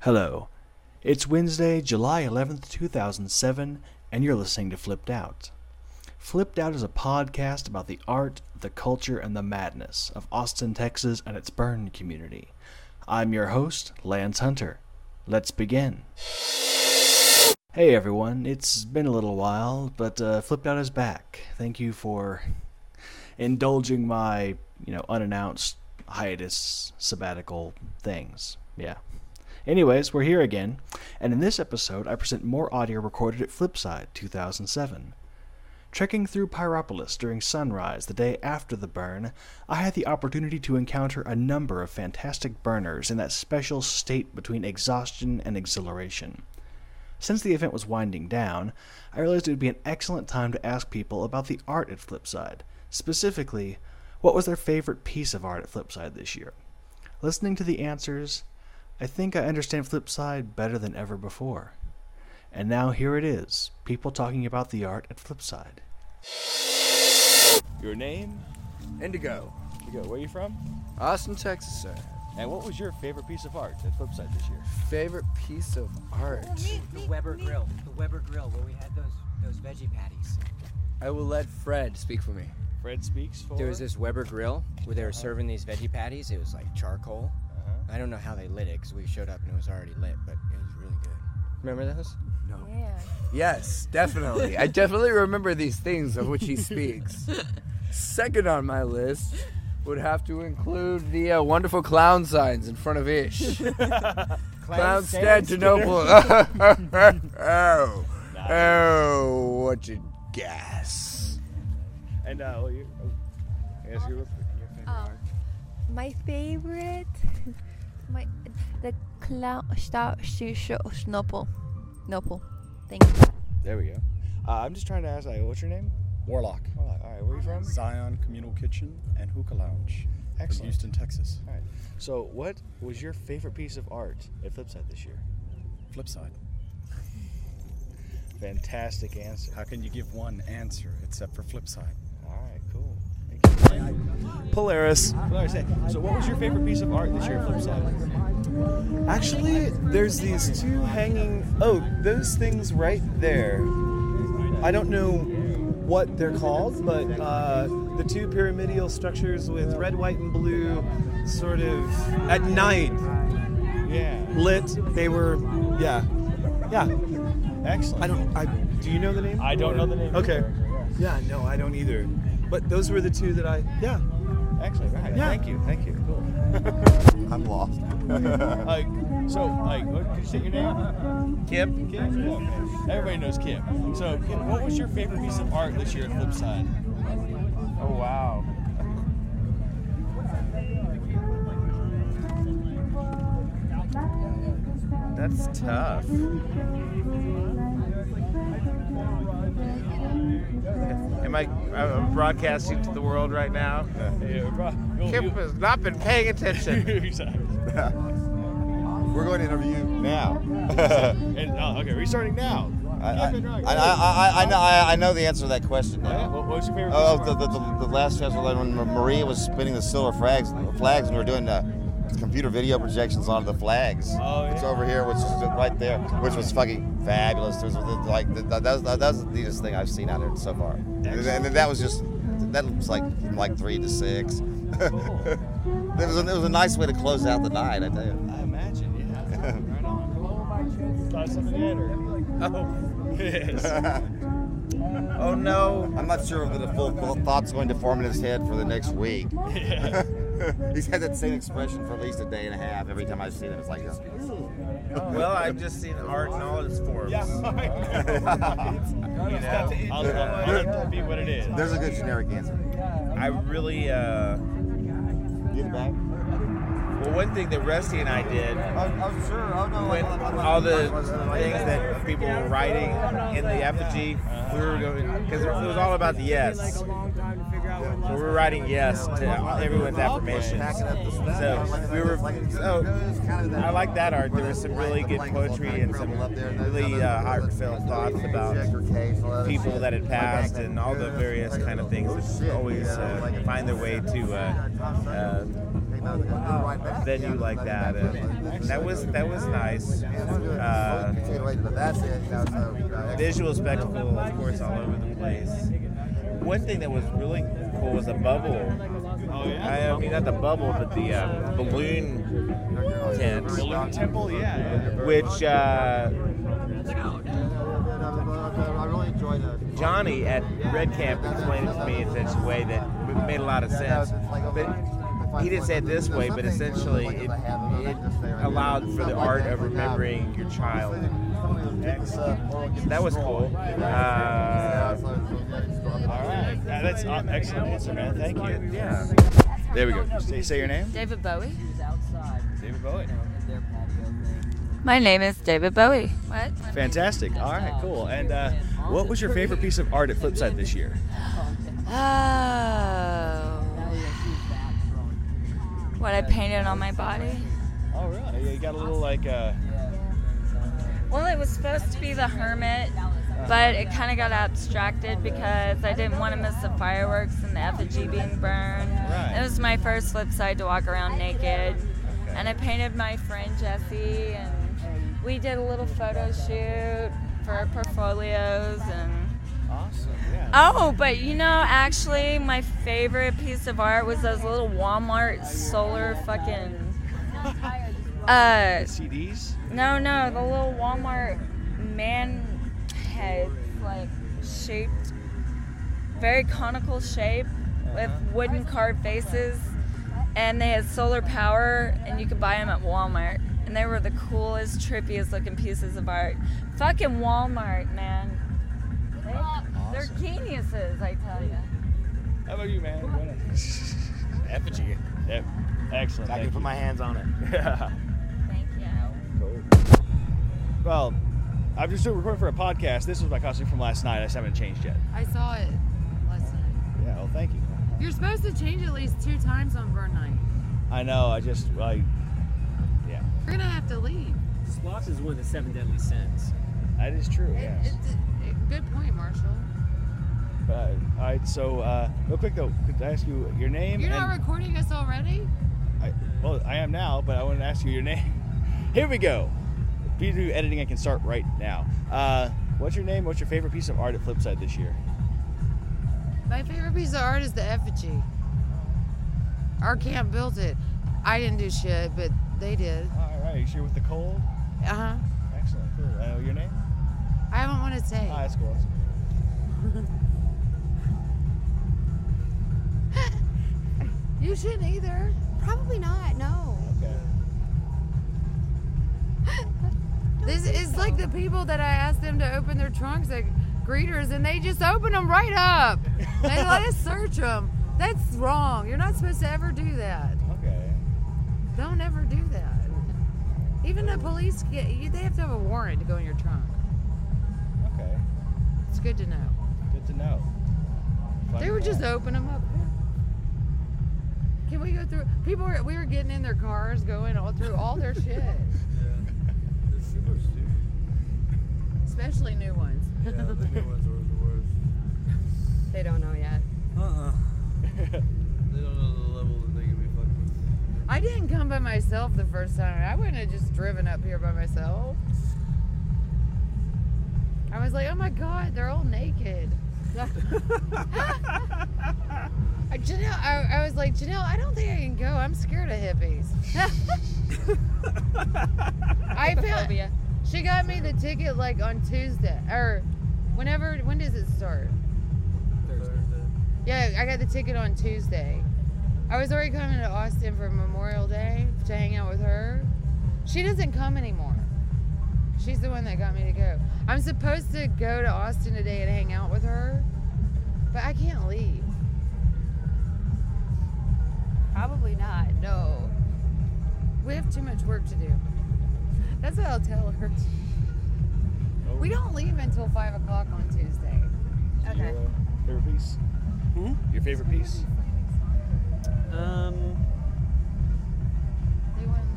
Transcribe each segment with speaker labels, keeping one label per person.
Speaker 1: Hello. It's Wednesday, July 11th, 2007, and you're listening to Flipped Out. Flipped Out is a podcast about the art, the culture, and the madness of Austin, Texas, and its burn community. I'm your host, Lance Hunter. Let's begin. Hey everyone, it's been a little while, but uh, Flipped Out is back. Thank you for indulging my, you know, unannounced hiatus sabbatical things. Yeah. Anyways, we're here again, and in this episode, I present more audio recorded at Flipside 2007. Trekking through Pyropolis during sunrise the day after the burn, I had the opportunity to encounter a number of fantastic burners in that special state between exhaustion and exhilaration. Since the event was winding down, I realized it would be an excellent time to ask people about the art at Flipside. Specifically, what was their favorite piece of art at Flipside this year? Listening to the answers, I think I understand Flipside better than ever before. And now here it is people talking about the art at Flipside. Your name?
Speaker 2: Indigo.
Speaker 1: You go, where you from?
Speaker 2: Austin, Texas, sir.
Speaker 1: And what was your favorite piece of art at Flipside this year?
Speaker 2: Favorite piece of art?
Speaker 3: The Weber Grill. The Weber Grill where we had those those veggie patties.
Speaker 2: I will let Fred speak for Uh-huh. me.
Speaker 1: Fred Speaks for?
Speaker 3: There was this Weber Grill where they were serving these veggie patties. It was like charcoal.
Speaker 1: Uh-huh.
Speaker 3: I don't know how they lit it because we showed up and it was already lit, but it was really good. Remember those?
Speaker 4: Yeah.
Speaker 2: Yes, definitely. I definitely remember these things of which he speaks. Second on my list would have to include the uh, wonderful clown signs in front of Ish. clown Constantinople. oh, oh, what you guess?
Speaker 1: And uh, well, you, oh, I guess you're with
Speaker 4: Um, my favorite, my the clown star shoe snopple, nopple. Thank you.
Speaker 1: There we go. Uh, I'm just trying to ask, like, what's your name?
Speaker 3: Warlock.
Speaker 1: All right, all right, where are you from?
Speaker 5: Zion Communal Kitchen and Hookah Lounge
Speaker 1: Excellent.
Speaker 5: from Houston, Texas.
Speaker 1: All right. So, what was your favorite piece of art at Flipside this year?
Speaker 5: Flipside.
Speaker 1: Fantastic answer.
Speaker 5: How can you give one answer except for Flipside?
Speaker 1: All right, cool. Thank you.
Speaker 5: Polaris.
Speaker 1: Well, I say, So, what was your favorite piece of art this year at Flipside?
Speaker 6: Actually, there's these two hanging. Oh, those things right there. I don't know what they're called, but uh, the two pyramidal structures with red, white, and blue, sort of at night
Speaker 1: Yeah.
Speaker 6: lit. They were, yeah, yeah.
Speaker 1: Excellent.
Speaker 6: I don't. I do you know the name?
Speaker 1: I don't know the name.
Speaker 6: Okay. Yeah. No, I don't either. But those were the two that I. Yeah.
Speaker 1: Excellent. Right.
Speaker 6: Yeah.
Speaker 1: Thank you. Thank you. Cool.
Speaker 2: I'm lost.
Speaker 1: Like, so, like, what, can you say your name?
Speaker 6: Kim.
Speaker 1: Kim. Okay. Everybody knows Kim. So, Kim, what was your favorite piece of art this year at Flipside? Oh wow.
Speaker 6: That's tough.
Speaker 7: Am I I'm broadcasting to the world right now?
Speaker 1: Yeah, bro.
Speaker 7: Kip has not been paying attention.
Speaker 2: We're going to interview now.
Speaker 1: and, uh, okay, we're starting now. Kim and Rock.
Speaker 2: I, know, I, I know the answer to that question
Speaker 1: Oh, Yeah, what, what was your favorite?
Speaker 2: Oh,
Speaker 1: piece
Speaker 2: the,
Speaker 1: of
Speaker 2: the, the, the last chance was when Maria was spinning the silver flags, flags and we were doing the computer video projections onto the flags.
Speaker 1: Oh,
Speaker 2: It's
Speaker 1: yeah.
Speaker 2: over here, which is right there, which was fucking fabulous. It was like that, that, was, that was the neatest thing I've seen out there so far. And, then that was just that was like from like three to six. it, was a, it was a nice way to close out the night, I tell you.
Speaker 1: I imagine. Yeah. right on. Thought something in Oh. Yes.
Speaker 2: Oh no! I'm not sure whether the full full thought's going to form in his head for the next week. He's had that same expression for at least a day and a half. Every time I've seen him, it's like,
Speaker 7: well, I've just seen art in all its forms. You know,
Speaker 1: I'll, I'll, I'll be what it is.
Speaker 2: there's a good generic answer.
Speaker 7: I really. Uh,
Speaker 2: Get it back.
Speaker 7: well, one thing that Rusty and I did
Speaker 2: I'm sure. Oh no!
Speaker 7: when all the things that people were writing in the effigy, we were going because it was all about the yes. Well, we're writing yes to everyone's affirmations. So we were. So I like that art. There was some really good poetry and some really uh, heartfelt thoughts about people that had passed and all the various kind of things that always uh, find their way to. Uh, uh, venue like that, and that was that was nice. Uh, visual spectacle, of course, all over the place. One thing that was really cool was a bubble. I, I mean, not the bubble, but the uh, balloon tent,
Speaker 6: Temple, yeah.
Speaker 7: which uh, Johnny at Red Camp explained it to me in such a way that it made a lot of sense. But he didn't say it this way, but essentially it, it allowed for the art of remembering your child. That was cool. Uh,
Speaker 6: Yeah, that's
Speaker 1: uh,
Speaker 6: an excellent answer, man. Thank you.
Speaker 7: yeah.
Speaker 2: There we go.
Speaker 6: Say, say your name.
Speaker 8: David Bowie.
Speaker 6: David Bowie.
Speaker 8: My name is David Bowie. What?
Speaker 6: Fantastic. All right, cool. And uh, what was your favorite piece of art at Flipside this year?
Speaker 8: Oh. What I painted on my body.
Speaker 6: Oh, really? Yeah, you got a little like. Uh,
Speaker 8: Well, it was supposed to be the hermit, but it kind of got abstracted because I didn't want to miss the fireworks and the effigy being burned.
Speaker 6: Right.
Speaker 8: It was my first flip side to walk around naked, and I painted my friend Jesse, and we did a little photo shoot for our portfolios and.
Speaker 6: awesome. Yeah.
Speaker 8: Oh, but you know, actually, my favorite piece of art was those little Walmart solar fucking. Uh,
Speaker 6: CDs.
Speaker 8: no, no, the little Walmart man heads, like shaped, very conical shape with wooden carved faces, and they had solar power, and you could buy them at Walmart. And they were the coolest, trippiest looking pieces of art. Fucking Walmart, man. They, They're geniuses, I tell you.
Speaker 6: How about you, man?
Speaker 7: Effigy.
Speaker 6: Yep. Excellent.
Speaker 7: I can
Speaker 6: Thank
Speaker 7: put
Speaker 6: you.
Speaker 7: my hands on it.
Speaker 8: Thank you.
Speaker 6: Well, I'm just doing recording for a podcast. This was my costume from last night. I just haven't changed yet.
Speaker 9: I saw it last night.
Speaker 6: Yeah. Well, thank you.
Speaker 9: You're supposed to change at least two times on burn night.
Speaker 6: I know. I just I. Yeah.
Speaker 9: You're gonna have to leave.
Speaker 10: Sloth is one of the seven deadly sins.
Speaker 6: That is true.
Speaker 9: It-
Speaker 6: Yes.
Speaker 9: it's a- a good point, Marshall.
Speaker 6: But, uh, all right. So uh, real quick though, could I ask you your name?
Speaker 9: You're not
Speaker 6: and-
Speaker 9: recording us already?
Speaker 6: I, well, I am now, but I want to ask you your name. Here we go. Video editing, I can start right now. Uh, what's your name? What's your favorite piece of art at Flipside this year?
Speaker 9: My favorite piece of art is the effigy. Our camp built it. I didn't do shit, but they did.
Speaker 6: All right, you sure with the cold?
Speaker 9: Uh huh.
Speaker 6: Excellent, cool. Uh, your name?
Speaker 9: I haven't want to say.
Speaker 6: Ah, that's cool. That's cool.
Speaker 9: You shouldn't either.
Speaker 8: Probably not, no.
Speaker 6: Okay.
Speaker 9: This is like the people that I asked them to open their trunks at greeters, and they just open them right up. They let us search them. That's wrong. You're not supposed to ever do that.
Speaker 6: Okay.
Speaker 9: Don't ever do that. Even the police get you, they have to have a warrant to go in your trunk.
Speaker 6: Okay.
Speaker 9: It's good to know.
Speaker 6: Good to know.
Speaker 9: They were just open them up. Can we go through? People were we were getting in their cars, going all through all their shit, especially new ones. They don't know yet. Uh-uh. I didn't come by myself the first time. I wouldn't have just driven up here by myself. I was like, oh my god, they're all naked. I- Janelle, I, I was like, Janelle, I don't think I can go. I'm scared of hippies. I feel. She got me the ticket like on Tuesday or whenever. When does it start? Yeah, I got the ticket on Tuesday. I was already coming to Austin for Memorial Day to hang out with her. She doesn't come anymore. She's the one that got me to go. I'm supposed to go to Austin today and hang out with her, but I can't leave. Probably not. No. We have too much work to do. That's what I'll tell her.
Speaker 6: Oh.
Speaker 9: We don't leave until 5 o'clock on Tuesday.
Speaker 6: Okay. Your uh, favorite piece? Hmm? Your favorite piece?
Speaker 10: Um,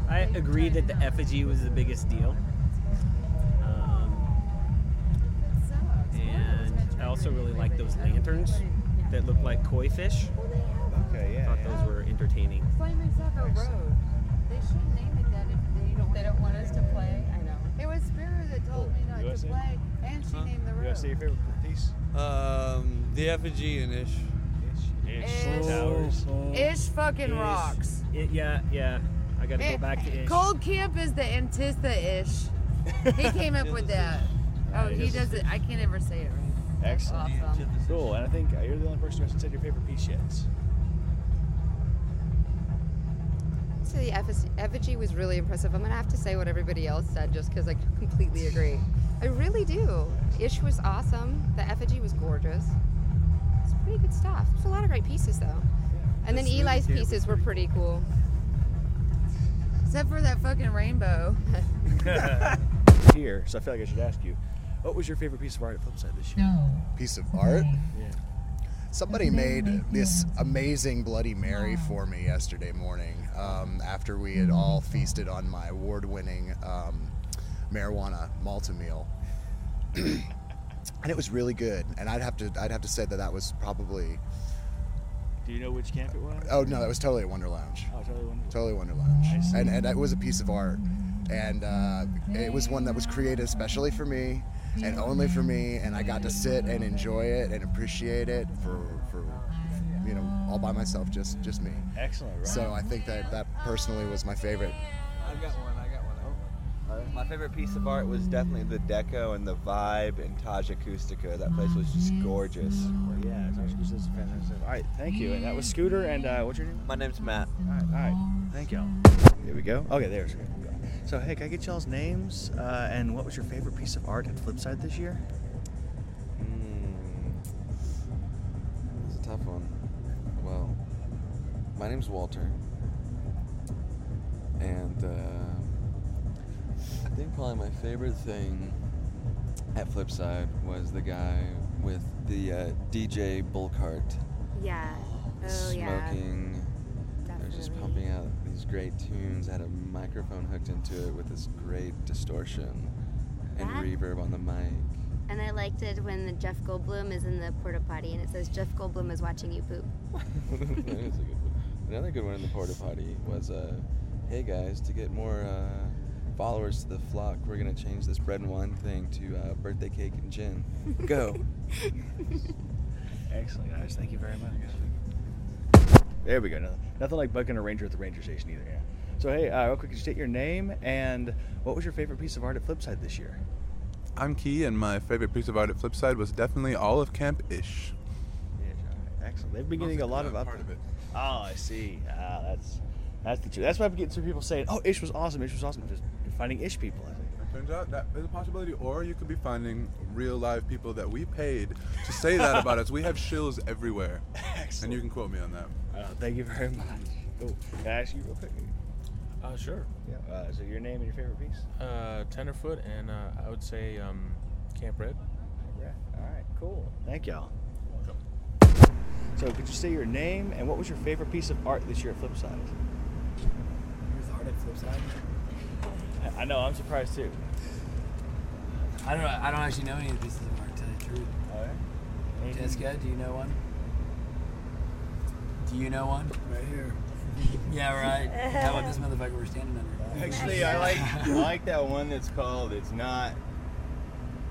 Speaker 10: I agree that the effigy was the biggest deal. Um, and I also really like those lanterns that look like koi fish.
Speaker 7: Okay, yeah.
Speaker 10: Thought those were entertaining.
Speaker 9: Slime and Soccer Road. They should name it that if they don't. They don't want us to play. I know. It was Spirit that told me not to
Speaker 6: USA?
Speaker 9: play, and she named the road.
Speaker 6: You want to say your favorite piece?
Speaker 11: Um, the effigy and ish.
Speaker 9: Ish.
Speaker 10: Towers.
Speaker 9: Ish fucking
Speaker 10: Ish.
Speaker 9: rocks. Eh,
Speaker 10: It- yeah, yeah. I gotta go back to ish.
Speaker 9: Cold Camp is the Antista ish. He came up with that. Oh, he does it. I can't ever say it right. That's
Speaker 6: Excellent.
Speaker 9: Awesome.
Speaker 6: Cool. And I think you're the only person who hasn't said your favorite piece yet.
Speaker 12: So the effigy- effigy was really impressive. I'm gonna have to say what everybody else said just because I completely agree. I really do. Ish was awesome. The effigy was gorgeous. It's pretty good stuff. There's a lot of great pieces though. And then
Speaker 9: This smoothie
Speaker 12: Eli's
Speaker 9: cake was
Speaker 12: pieces were pretty cool.
Speaker 9: Except for that fucking rainbow.
Speaker 6: Here, so I feel like I should ask you, what was your favorite piece of art at Flipside this year?
Speaker 13: No.
Speaker 14: Piece of art. Somebody made this amazing Bloody Mary for me yesterday morning um, after we had all feasted on my award winning um, marijuana Malta meal. and it was really good. And I'd have, to, I'd have to say that that was probably.
Speaker 6: Do you know which camp it was?
Speaker 14: Oh, no, that was totally at Wonder Lounge.
Speaker 6: Oh, totally one.
Speaker 14: Totally Wonder Lounge. And, and it was a piece of art. And uh, it was one that was created especially for me and only for me. And I got to sit and enjoy it and appreciate it for, for you know, all by myself, just, just me.
Speaker 6: Excellent, right?
Speaker 14: So I think that that personally was my favorite.
Speaker 15: I've got one. I got one. My favorite piece of art was definitely the deco and the vibe and Taj Acoustica. That place was just gorgeous.
Speaker 6: Yeah, Taj Acoustica's fantastic. All right, thank you. And that was Scooter. And uh, what's your name?
Speaker 15: My name's Matt.
Speaker 6: All right, all right. Thank y'all. There we go. Okay, there's. So hey, can I get y'all's names? Uh, and what was your favorite piece of art at Flipside this year?
Speaker 15: It's Hmm. a tough one. Well, my name's Walter, and uh, I think probably my favorite thing at Flipside was the guy with the uh, DJ bull cart
Speaker 16: Yeah. Oh yeah.
Speaker 15: smoking. They were just pumping out these great tunes. Had a microphone hooked into it with this great distortion and
Speaker 16: That-
Speaker 15: reverb on the mic.
Speaker 16: And I liked it when the Jeff Goldblum is in the porta potty and it says Jeff Goldblum is watching you poop.
Speaker 15: That is a good one. Another good one in the porta potty was, uh, hey guys, to get more uh, followers to the flock, we're gonna change this bread and wine thing to uh, birthday cake and gin. Go.
Speaker 6: Excellent, guys. Thank you very much. There we go. Nothing, nothing like bugging a ranger at the ranger station either. Yeah. So hey, uh, real quick, just state your name and what was your favorite piece of art at Flipside this year?
Speaker 17: I'm Key, and my favorite piece of art at Flipside was definitely all of Camp Ish.
Speaker 6: Excellent. They've been getting a lot of up. Part of it. Oh, I see. Ah, that's that's the truth. That's why I'm getting some people saying, "Oh, Ish was awesome. Ish was awesome." Just finding Ish people. I think.
Speaker 17: Turns out that is a possibility, or you could be finding real live people that we paid to say that about us. We have shills everywhere, and you can quote me on that.
Speaker 6: Uh, thank you very much. Oh, can I ask you real quick?
Speaker 18: Uh, sure.
Speaker 6: Yeah. Uh, so your name and your favorite piece?
Speaker 18: Uh, Tenderfoot, and uh, I would say um, Camp Red.
Speaker 6: Yeah. All right. Cool. Thank y'all. Welcome. So could you say your name and what was your favorite piece of art this year at Flipside?
Speaker 10: Here's art at Flipside.
Speaker 6: I- I know. I'm surprised too.
Speaker 19: I don't. I don't actually know any of the pieces of art. To tell you the truth.
Speaker 6: Anything-
Speaker 19: Jessica, do you know one? Do you know one? Right here. yeah, right. How about this motherfucker we're standing under?
Speaker 5: Actually, I like I like that one that's called. It's not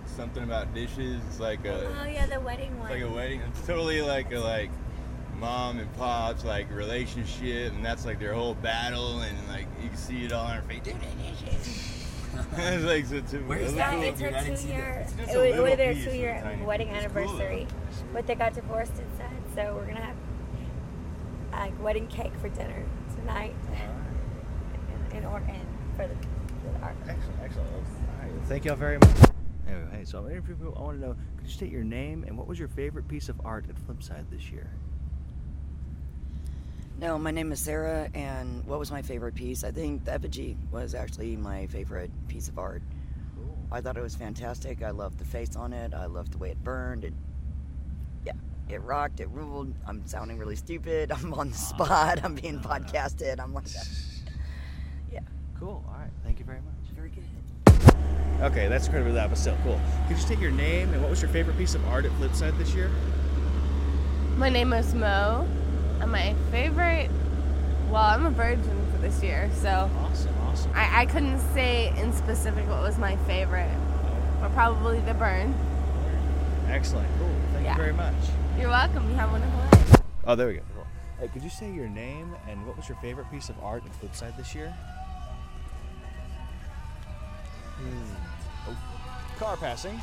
Speaker 5: something about dishes. It's like a.
Speaker 20: Oh yeah, the wedding
Speaker 5: It's
Speaker 20: one.
Speaker 5: like a wedding. It's totally like a like mom and pop's like relationship, and that's like their whole battle, and like you can see it all on her face. Dude, I did it. it's like so it's a-
Speaker 20: It's
Speaker 5: it's
Speaker 20: not-
Speaker 5: cool,
Speaker 20: it's her
Speaker 5: dude, I didn't see
Speaker 20: two
Speaker 5: that.
Speaker 20: year.
Speaker 5: It's just
Speaker 20: It
Speaker 5: a
Speaker 20: was,
Speaker 5: little
Speaker 20: it was their
Speaker 5: piece,
Speaker 20: two
Speaker 5: it's
Speaker 20: year
Speaker 5: tiny.
Speaker 20: wedding
Speaker 5: It's cool, though.
Speaker 20: anniversary, but they got divorced instead. So we're gonna have like wedding cake for dinner tonight, in, in Oregon for the, for the art.
Speaker 6: Excellent, excellent. All right, thank y'all very much. Anyway, hey, so I'm interviewing people. I want to know, could you state your name and what was your favorite piece of art at Flipside this year?
Speaker 21: No, my name is Sarah, and what was my favorite piece? I think the effigy was actually my favorite piece of art. I thought it was fantastic. I loved the face on it. I loved the way it burned. And yeah, It rocked. It ruled. I'm sounding really stupid. I'm on the spot. I'm being podcasted. I'm like that. Yeah.
Speaker 6: Cool. All right. Thank you very much.
Speaker 21: Very good.
Speaker 6: Okay, that's incredibly loud, but still cool. Could you just take your name and what was your favorite piece of art at Flipside this year?
Speaker 22: My name is Mo, and my favorite. Well, I'm a virgin for this year, so.
Speaker 6: Awesome, awesome.
Speaker 22: I, I couldn't say in specific what was my favorite, but probably the burn.
Speaker 6: Excellent. Cool. Thank
Speaker 22: Yeah.
Speaker 6: you very much.
Speaker 22: You're welcome. You have a wonderful night.
Speaker 6: Oh, there we go. Cool. Hey, could you say your name and what was your favorite piece of art at Flipside this year? Hmm. Oh, car passing.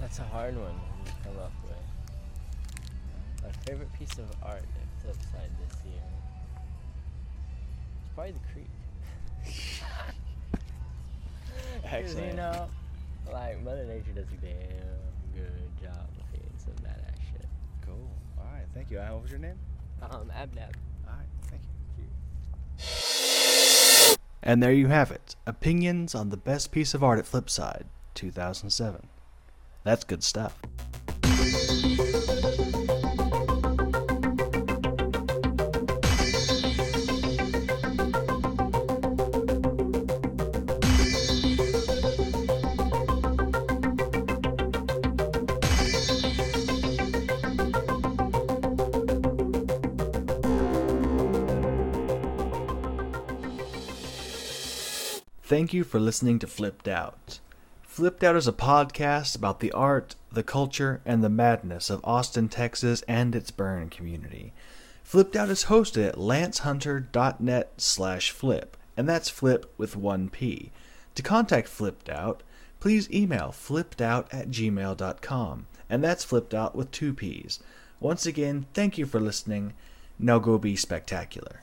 Speaker 10: That's a hard one to come up with. My favorite piece of art at Flipside this year. It's probably the creek. 'Cause,
Speaker 6: Excellent.
Speaker 10: You know, like Mother Nature does a damn good job of hitting some badass shit.
Speaker 6: Cool. All right. Thank you. Uh, What was your name?
Speaker 10: Um, Abnab.
Speaker 6: All right. Thank you.
Speaker 1: And there you have it opinions on the best piece of art at Flipside 2007. That's good stuff. Thank you for listening to Flipped Out. Flipped Out is a podcast about the art, the culture, and the madness of Austin, Texas and its burn community. Flipped Out is hosted at lancehunter.net slash flip, and that's flip with one P. To contact Flipped Out, please email flippedout at gmail.com, and that's flipped out with two P's. Once again, thank you for listening. Now go be spectacular.